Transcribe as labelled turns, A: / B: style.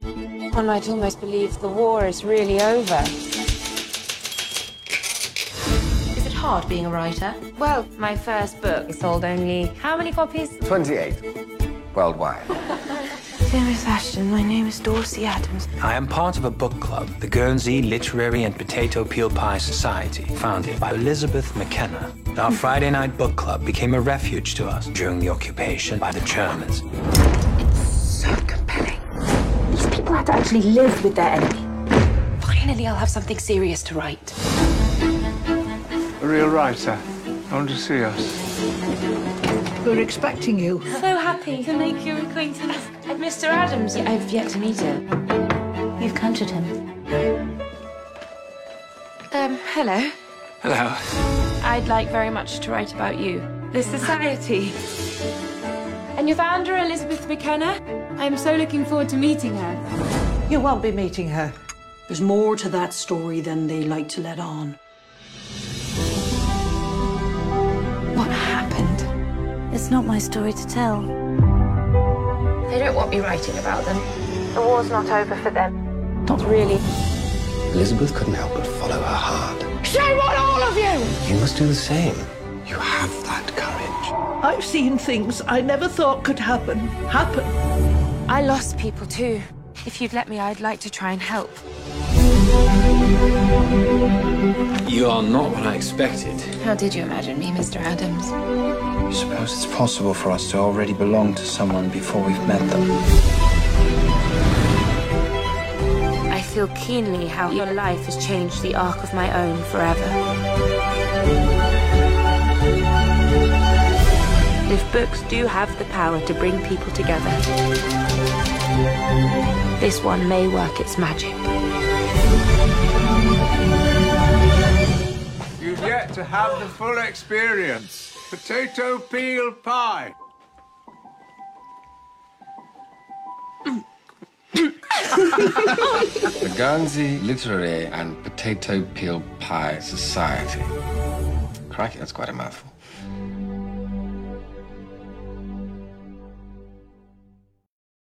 A: one might almost believe the war is really over.
B: Is it hard being a writer?
A: Well, my first book sold only how many copies?
C: 28 worldwide.
A: Dear Miss Ashton, my name is Dorsey Adams.
D: I am part of a book club, the Guernsey Literary and Potato Peel Pie Society, founded by Elizabeth McKenna. Our Friday night book club became a refuge to us during the occupation by the Germans.
B: So compelling. These people had to actually live with their enemy. Finally, I'll have something serious to write.
E: A real writer. Come to see us.
F: We're expecting you.
A: So happy to make your acquaintance. And Mr. Adams, I've yet to meet him. You've conjured him. Um, hello.
D: Hello.
A: I'd like very much to write about you, the society, and your founder, Elizabeth McKenna. I'm so looking forward to meeting her.
F: You won't be meeting her. There's more to that story than they like to let on.
B: What happened?
G: It's not my story to tell.
B: They don't want me writing about them.
A: The war's not over for them. Not really.
C: Elizabeth couldn't help but follow her heart. She want all of you! You must do the same. You have that courage.
F: I've seen things I never thought could happen. Happen.
A: I lost people too. If you'd let me, I'd like to try and help.
D: You are not what I expected.
B: How did you imagine me, Mr. Adams?
H: You suppose it's possible for us to already belong to someone before we've met them?
A: I feel keenly how your life has changed the arc of my own forever. If books do have the power to bring people together, this one may work its magic.
E: You've yet to have the full experience. Potato peel pie.
C: The Guernsey Literary and Potato Peel Pie Society. Crikey, that's quite a mouthful.